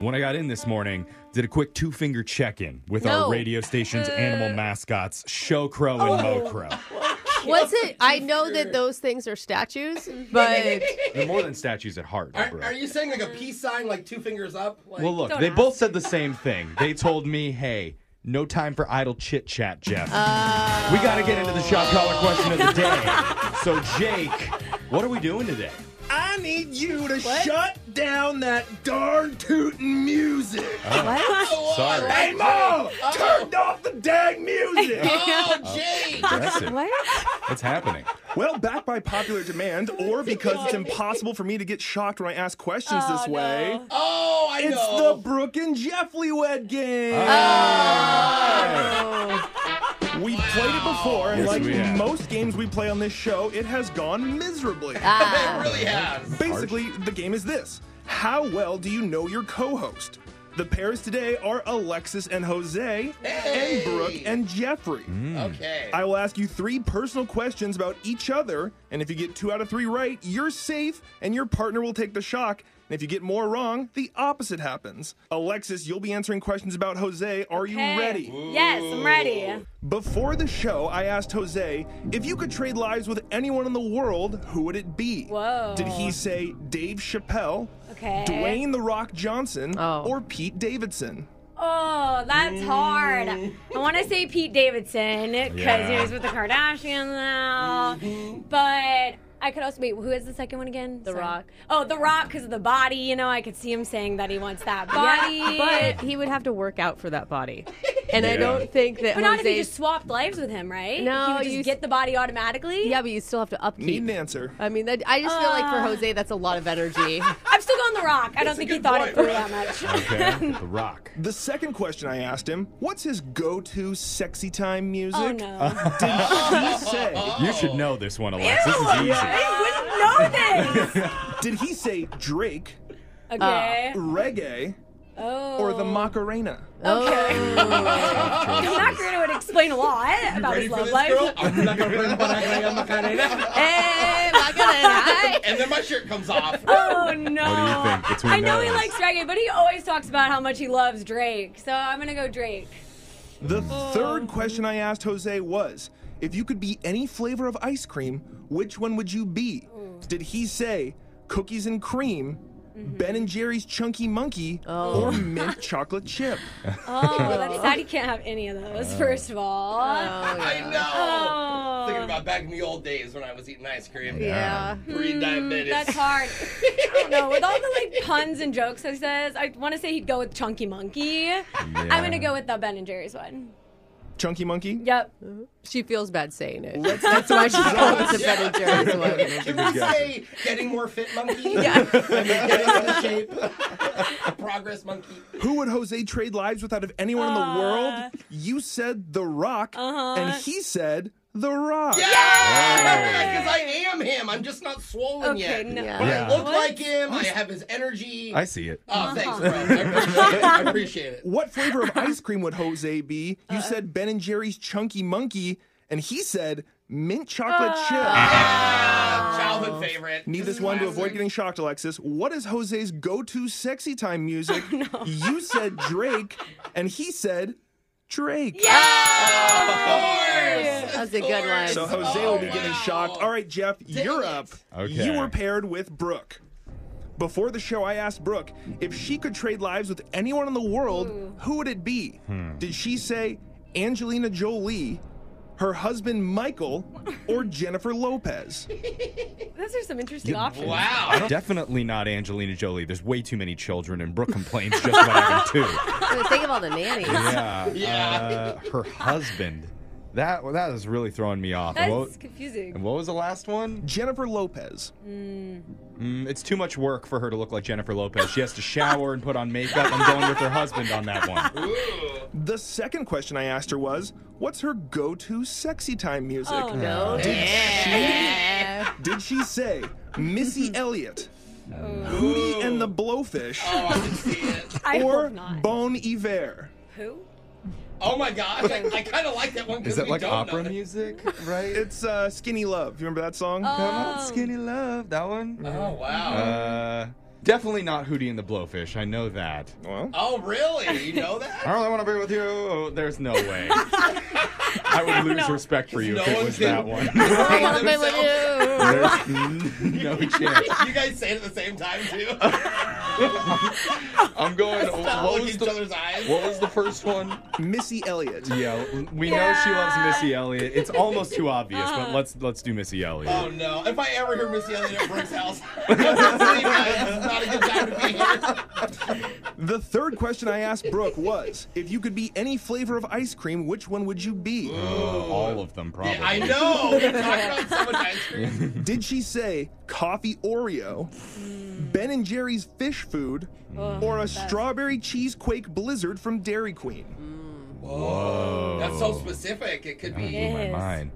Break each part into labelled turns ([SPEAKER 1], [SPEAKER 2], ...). [SPEAKER 1] When I got in this morning, did a quick two finger check in with
[SPEAKER 2] No.
[SPEAKER 1] our radio station's animal mascots, Show Crow and Mo Crow.
[SPEAKER 2] What's it? I know that those things are statues, but
[SPEAKER 1] They're more than statues at heart,
[SPEAKER 3] Are,
[SPEAKER 1] bro.
[SPEAKER 3] are you saying like a peace sign, like two fingers up? Like,
[SPEAKER 1] well, look, they both said the same thing. They told me, hey, no time for idle chit chat, Jeff. we got to get into the shot collar question of the day. so, Jake, what are we doing today?
[SPEAKER 3] I need you to shut down that darn tootin' music.
[SPEAKER 1] Uh,
[SPEAKER 3] Oh,
[SPEAKER 2] what?
[SPEAKER 1] Sorry.
[SPEAKER 3] Hey, Mo,
[SPEAKER 1] uh,
[SPEAKER 3] turn off the dang music. oh, Jake.
[SPEAKER 1] Aggressive. What's happening?
[SPEAKER 4] Well, back by popular demand, or because it's impossible for me to get shocked when I ask questions this way.
[SPEAKER 3] Oh, I
[SPEAKER 4] It's
[SPEAKER 3] know.
[SPEAKER 4] the Brooke and Jeff Leewed game. We played it before, and
[SPEAKER 1] Oh. Yes,
[SPEAKER 4] like
[SPEAKER 1] we have.
[SPEAKER 4] most games we play on this show, it has gone miserably.
[SPEAKER 1] Ah.
[SPEAKER 3] it really has.
[SPEAKER 4] Basically, the game is this How well do you know your co host? The pairs today are Alexis and Jose,
[SPEAKER 3] Hey. Hmm.
[SPEAKER 4] and Brooke and Jeffrey.
[SPEAKER 3] Okay.
[SPEAKER 4] I will ask you three personal questions about each other, and if you get two out of three right, you're safe, and your partner will take the shock. And if you get more wrong, the opposite happens. Alexis, you'll be answering questions about Jose. Are
[SPEAKER 5] Okay.
[SPEAKER 4] you ready?
[SPEAKER 5] Yes, I'm ready.
[SPEAKER 4] Before the show, I asked Jose if you could trade lives with anyone in the world, who would it be?
[SPEAKER 5] Whoa.
[SPEAKER 4] Did he say Dave Chappelle,
[SPEAKER 5] Okay.
[SPEAKER 4] Dwayne The Rock Johnson,
[SPEAKER 2] Oh.
[SPEAKER 4] or Pete Davidson?
[SPEAKER 5] Oh, that's hard. I want to say Pete Davidson because
[SPEAKER 1] Mm-hmm.
[SPEAKER 5] he
[SPEAKER 1] Yeah. Mm-hmm.
[SPEAKER 5] was with the Kardashians now. But I could also wait. Who is the second one again? The
[SPEAKER 2] Rock.
[SPEAKER 5] Oh, The Rock because of the body. You know, I could see him saying that he wants that body.
[SPEAKER 2] But he would have to work out for that body, and I
[SPEAKER 1] Yeah.
[SPEAKER 2] don't think that
[SPEAKER 5] But not
[SPEAKER 2] Jose's.
[SPEAKER 5] if you just swapped lives with him, right?
[SPEAKER 2] No,
[SPEAKER 5] he would just
[SPEAKER 2] you s-
[SPEAKER 5] get the body automatically.
[SPEAKER 2] yeah, but you still have to
[SPEAKER 4] Need an
[SPEAKER 2] upkeep.
[SPEAKER 4] answer.
[SPEAKER 2] I mean, that, I just feel like for
[SPEAKER 5] Uh.
[SPEAKER 2] Jose, that's a lot of energy.
[SPEAKER 5] I'm still going The Rock. I don't think he thought
[SPEAKER 3] point.
[SPEAKER 5] it through that much.
[SPEAKER 1] Okay. the Rock.
[SPEAKER 4] The second question I asked him, what's his go-to sexy time music?
[SPEAKER 5] oh no.
[SPEAKER 4] Did he say?
[SPEAKER 1] You should know this one, Alex. This is easy.
[SPEAKER 5] I wouldn't know this.
[SPEAKER 4] Did he say Drake,
[SPEAKER 2] Uh,
[SPEAKER 5] Okay.
[SPEAKER 4] reggae,
[SPEAKER 5] oh.
[SPEAKER 4] or the Macarena?
[SPEAKER 5] I'm not sure it would explain a lot about
[SPEAKER 3] Ready
[SPEAKER 5] his
[SPEAKER 3] for
[SPEAKER 5] love
[SPEAKER 3] this,
[SPEAKER 5] life.
[SPEAKER 3] girl? I'm not gonna bring Macarena, Macarena.
[SPEAKER 2] hey, Macarena.
[SPEAKER 3] And then my shirt comes off.
[SPEAKER 5] Oh no!
[SPEAKER 1] What do you think? Between
[SPEAKER 5] I know he
[SPEAKER 1] those.
[SPEAKER 5] likes reggae, but he always talks about how much he loves Drake. So I'm gonna go Drake.
[SPEAKER 4] The third question I asked Jose was, if you could be any flavor of ice cream, which one would you be? Did he say cookies and cream, Ben and Jerry's chunky monkey, or mint chocolate chip?
[SPEAKER 5] Oh, that's sad. He can't have any of those. First of all,
[SPEAKER 3] I know.
[SPEAKER 5] Oh.
[SPEAKER 3] Thinking about back in the old days when I was eating ice cream.
[SPEAKER 2] Yeah.
[SPEAKER 3] Pre-diabetes.
[SPEAKER 5] Hmm, that's hard. I don't know. With all the like puns and jokes that he says, I want to say he'd go with Chunky Monkey. I'm gonna go with the Ben and Jerry's one.
[SPEAKER 4] Chunky monkey?
[SPEAKER 5] Yep.
[SPEAKER 2] She feels bad saying it.
[SPEAKER 4] Let's get
[SPEAKER 2] Why
[SPEAKER 4] to
[SPEAKER 2] she called it the Ben and Jerry's one.
[SPEAKER 3] Can we say getting more fit monkey? Yeah. getting in shape. Progress monkey.
[SPEAKER 4] Who would Jose trade lives with out of anyone in the world? You said The Rock, and he said The Rock.
[SPEAKER 3] Because I am him. I'm just not swollen
[SPEAKER 5] Okay.
[SPEAKER 3] yet.
[SPEAKER 5] No.
[SPEAKER 2] Yeah.
[SPEAKER 3] But
[SPEAKER 1] Yeah.
[SPEAKER 3] I look like him. I have his energy.
[SPEAKER 1] I see it.
[SPEAKER 3] Oh, thanks, bro. I appreciate it. I appreciate it.
[SPEAKER 4] What flavor of ice cream would Jose be? You said Ben and Jerry's chunky monkey, and he said mint chocolate chip.
[SPEAKER 3] Childhood favorite.
[SPEAKER 4] Need this
[SPEAKER 3] is
[SPEAKER 4] one to
[SPEAKER 3] classic.
[SPEAKER 4] avoid getting shocked, Alexis. What is Jose's go-to sexy time music? You said Drake, and he said Drake.
[SPEAKER 3] Of course.
[SPEAKER 2] That was a good one.
[SPEAKER 4] So Jose will be getting shocked. All right, Jeff, you're up.
[SPEAKER 1] Okay.
[SPEAKER 4] You were paired with Brooke. Before the show, I asked Brooke if she could trade lives with anyone in the world, who would it be? Did she say Angelina Jolie, her husband Michael, or Jennifer Lopez?
[SPEAKER 5] Those are some interesting options.
[SPEAKER 3] Wow.
[SPEAKER 1] Definitely not Angelina Jolie. There's way too many children, and Brooke complains just about having two.
[SPEAKER 2] Think of all the nannies.
[SPEAKER 1] Yeah.
[SPEAKER 3] Yeah.
[SPEAKER 1] Uh, her husband. That well, that is really throwing me off. And
[SPEAKER 5] That's
[SPEAKER 1] what, and
[SPEAKER 5] confusing.
[SPEAKER 1] what was the last one?
[SPEAKER 4] Jennifer Lopez.
[SPEAKER 1] Mm, it's too much work for her to look like Jennifer Lopez. She has to shower and put on makeup. I'm going with her husband on that one.
[SPEAKER 4] The second question I asked her was, what's her go-to sexy time music?
[SPEAKER 5] Oh no.
[SPEAKER 2] Oh, yeah.
[SPEAKER 4] Did she say Missy Elliott, Hootie and the Blowfish,
[SPEAKER 3] Oh, I can see it.
[SPEAKER 5] I
[SPEAKER 4] or
[SPEAKER 5] hope not.
[SPEAKER 4] Bon Iver?
[SPEAKER 5] Who?
[SPEAKER 3] Oh my gosh. I, I kind of like that one. 'cause
[SPEAKER 1] Is that
[SPEAKER 3] we
[SPEAKER 1] like
[SPEAKER 3] don't
[SPEAKER 1] opera
[SPEAKER 3] know.
[SPEAKER 1] music? Right?
[SPEAKER 4] It's uh,
[SPEAKER 2] Oh.
[SPEAKER 5] Oh.
[SPEAKER 4] Skinny Love. You remember that song?
[SPEAKER 1] Come on, skinny love. That one.
[SPEAKER 3] Oh, wow.
[SPEAKER 1] Uh, Definitely not Hootie and the Blowfish. I know that.
[SPEAKER 4] Well,
[SPEAKER 3] Oh, really? You know that?
[SPEAKER 1] I really want to be with you. Oh, There's no way. I would lose
[SPEAKER 5] know.
[SPEAKER 1] respect for you
[SPEAKER 3] No
[SPEAKER 1] if it
[SPEAKER 3] one
[SPEAKER 1] was
[SPEAKER 3] can-
[SPEAKER 1] that one.
[SPEAKER 2] I wanna be with you.
[SPEAKER 1] There's n- no chance.
[SPEAKER 3] you guys say it at the same time too. Stop
[SPEAKER 1] I'm going. What
[SPEAKER 3] looking
[SPEAKER 1] was,
[SPEAKER 3] each
[SPEAKER 1] the,
[SPEAKER 3] other's eyes.
[SPEAKER 1] what was the first one?
[SPEAKER 4] Missy Elliott.
[SPEAKER 1] Yeah, we know she loves Missy Elliott. It's almost too obvious,
[SPEAKER 5] Uh.
[SPEAKER 1] but let's let's do Missy Elliott.
[SPEAKER 3] Oh no! If I ever hear Missy Elliott at Brooke's house, I'm not saying that. it's not a good time to be here.
[SPEAKER 4] The third question I asked Brooke was if you could be any flavor of ice cream, which one would you be?
[SPEAKER 1] Uh, all of them probably.
[SPEAKER 3] Yeah, I know. We talked about so much ice cream.
[SPEAKER 4] Did she say coffee Oreo, Ben and Jerry's fish food,
[SPEAKER 2] Oh.
[SPEAKER 4] or a strawberry cheesequake blizzard from Dairy Queen?
[SPEAKER 1] Whoa.
[SPEAKER 3] That's so specific. It could be
[SPEAKER 5] It
[SPEAKER 1] Blew my
[SPEAKER 5] is.
[SPEAKER 1] mind.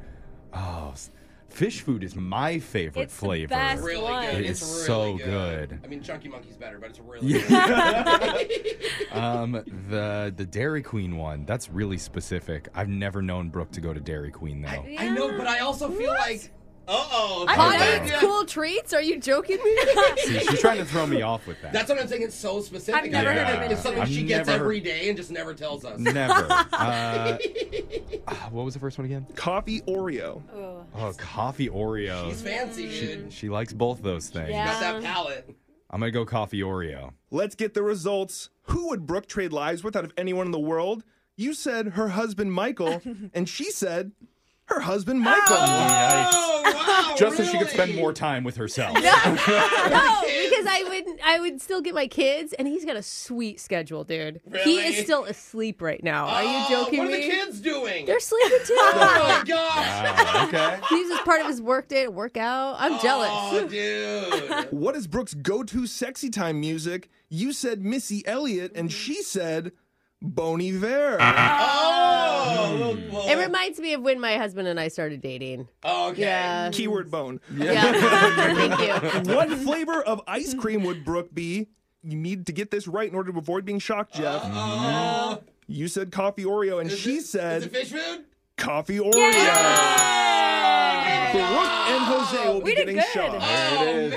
[SPEAKER 1] Oh, s- fish food is my favorite
[SPEAKER 5] It's the
[SPEAKER 1] flavor.
[SPEAKER 5] best.
[SPEAKER 3] really
[SPEAKER 5] One.
[SPEAKER 3] good.
[SPEAKER 1] It
[SPEAKER 3] it's
[SPEAKER 1] is
[SPEAKER 3] really
[SPEAKER 1] so
[SPEAKER 3] good.
[SPEAKER 1] good.
[SPEAKER 3] I mean, Chunky Monkey's better, but it's really good.
[SPEAKER 1] Um, the the Dairy Queen one. That's really specific. I've never known Brooke to go to Dairy Queen though.
[SPEAKER 3] I know, but I also feel like, uh oh.
[SPEAKER 1] know.
[SPEAKER 2] Hot eats, cool treats? Are you joking me?
[SPEAKER 1] See, she's trying to throw me off with that.
[SPEAKER 3] That's what I'm saying. It's so specific.
[SPEAKER 5] I've never
[SPEAKER 3] I feel
[SPEAKER 5] heard of
[SPEAKER 3] like
[SPEAKER 5] it.
[SPEAKER 3] It's something
[SPEAKER 1] I've
[SPEAKER 3] she gets
[SPEAKER 1] never-
[SPEAKER 3] every day and just never tells us.
[SPEAKER 1] never. Uh, ah, what was the first one again?
[SPEAKER 4] Coffee Oreo.
[SPEAKER 5] Ooh.
[SPEAKER 1] Oh, coffee
[SPEAKER 3] She's
[SPEAKER 1] Oreos.
[SPEAKER 3] fancy, dude.
[SPEAKER 1] She likes both those things.
[SPEAKER 5] Yeah.
[SPEAKER 3] Got
[SPEAKER 2] Um,
[SPEAKER 3] that palate.
[SPEAKER 1] I'm gonna go coffee Oreo.
[SPEAKER 4] Let's get the results. Who would Brooke trade lives with out of anyone in the world? You said her husband Michael, and she said her husband Michael.
[SPEAKER 3] Oh wow!
[SPEAKER 1] Just so she could
[SPEAKER 3] really?
[SPEAKER 1] spend more time with herself.
[SPEAKER 2] no, because I would I would still get my kids, and he's got a sweet schedule, dude. He
[SPEAKER 3] Really?
[SPEAKER 2] is still asleep right now. Are
[SPEAKER 3] Oh,
[SPEAKER 2] you joking
[SPEAKER 3] What are
[SPEAKER 2] me?
[SPEAKER 3] the kids doing?
[SPEAKER 2] They're sleeping too.
[SPEAKER 3] Oh my gosh!
[SPEAKER 1] Wow, okay.
[SPEAKER 2] He's just part of his work day to work out. I'm jealous.
[SPEAKER 3] Oh, dude.
[SPEAKER 4] What is Brooke's go to sexy time music? You said Missy Elliott,
[SPEAKER 3] Mm-hmm.
[SPEAKER 4] and she said Bon Iver.
[SPEAKER 3] Uh-huh. Oh, well, well,
[SPEAKER 2] It reminds me of when my husband and I started dating.
[SPEAKER 3] oh, okay.
[SPEAKER 2] Yeah.
[SPEAKER 4] Keyword bone.
[SPEAKER 2] Yeah. Thank you.
[SPEAKER 4] What flavor of ice cream would Brooke be? You need to get this right in order to avoid being shocked, Jeff. You said coffee Oreo, and
[SPEAKER 3] Is
[SPEAKER 4] she
[SPEAKER 3] it-
[SPEAKER 4] said
[SPEAKER 3] Is it fish food?
[SPEAKER 4] coffee Oreo. Brooke and Jose will be
[SPEAKER 5] We did
[SPEAKER 4] getting
[SPEAKER 5] good.
[SPEAKER 4] shocked.
[SPEAKER 3] oh man.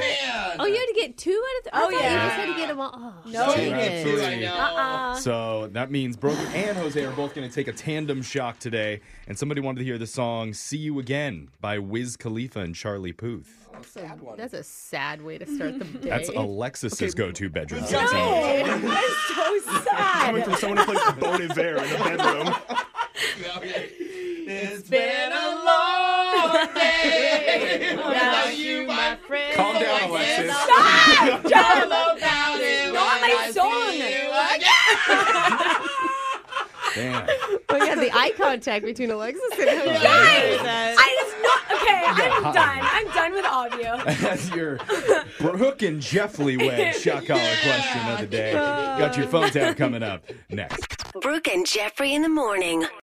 [SPEAKER 2] Oh, you had to get two out of th- I
[SPEAKER 5] Oh,
[SPEAKER 2] thought
[SPEAKER 5] yeah.
[SPEAKER 2] You just had to get them all. Oh,
[SPEAKER 5] No,
[SPEAKER 2] dang
[SPEAKER 5] you
[SPEAKER 1] didn't.
[SPEAKER 2] it.
[SPEAKER 1] Absolutely.
[SPEAKER 3] I know.
[SPEAKER 5] Uh-uh.
[SPEAKER 1] So that means Brooke and Jose are both going to take a tandem shock today. And somebody wanted to hear the song See You Again by Wiz Khalifa and Charlie Puth.
[SPEAKER 3] Sad one.
[SPEAKER 2] That's a sad way to start the day.
[SPEAKER 1] That's Alexis's go to bedroom.
[SPEAKER 3] No.
[SPEAKER 1] song.
[SPEAKER 5] That's so
[SPEAKER 4] Coming
[SPEAKER 5] sad.
[SPEAKER 4] from someone who plays Bon Iver in the bedroom.
[SPEAKER 3] Okay. It's been a long day without you, my friend.
[SPEAKER 2] friend.
[SPEAKER 1] Calm down,
[SPEAKER 3] Oh,
[SPEAKER 1] Alexis.
[SPEAKER 3] Alexis.
[SPEAKER 5] Joe,
[SPEAKER 3] All about it when
[SPEAKER 5] Not my
[SPEAKER 3] I see
[SPEAKER 5] song.
[SPEAKER 3] you
[SPEAKER 1] Damn.
[SPEAKER 3] again.
[SPEAKER 2] Oh, yeah, the eye contact between Alexis and him.
[SPEAKER 5] I just not okay. I'm done. I'm done with all of you.
[SPEAKER 1] That's your Brooke and Jeff Lee Way shock collar question of the day. Got your phone tab coming up next.
[SPEAKER 6] Brooke and Jeffrey in the morning.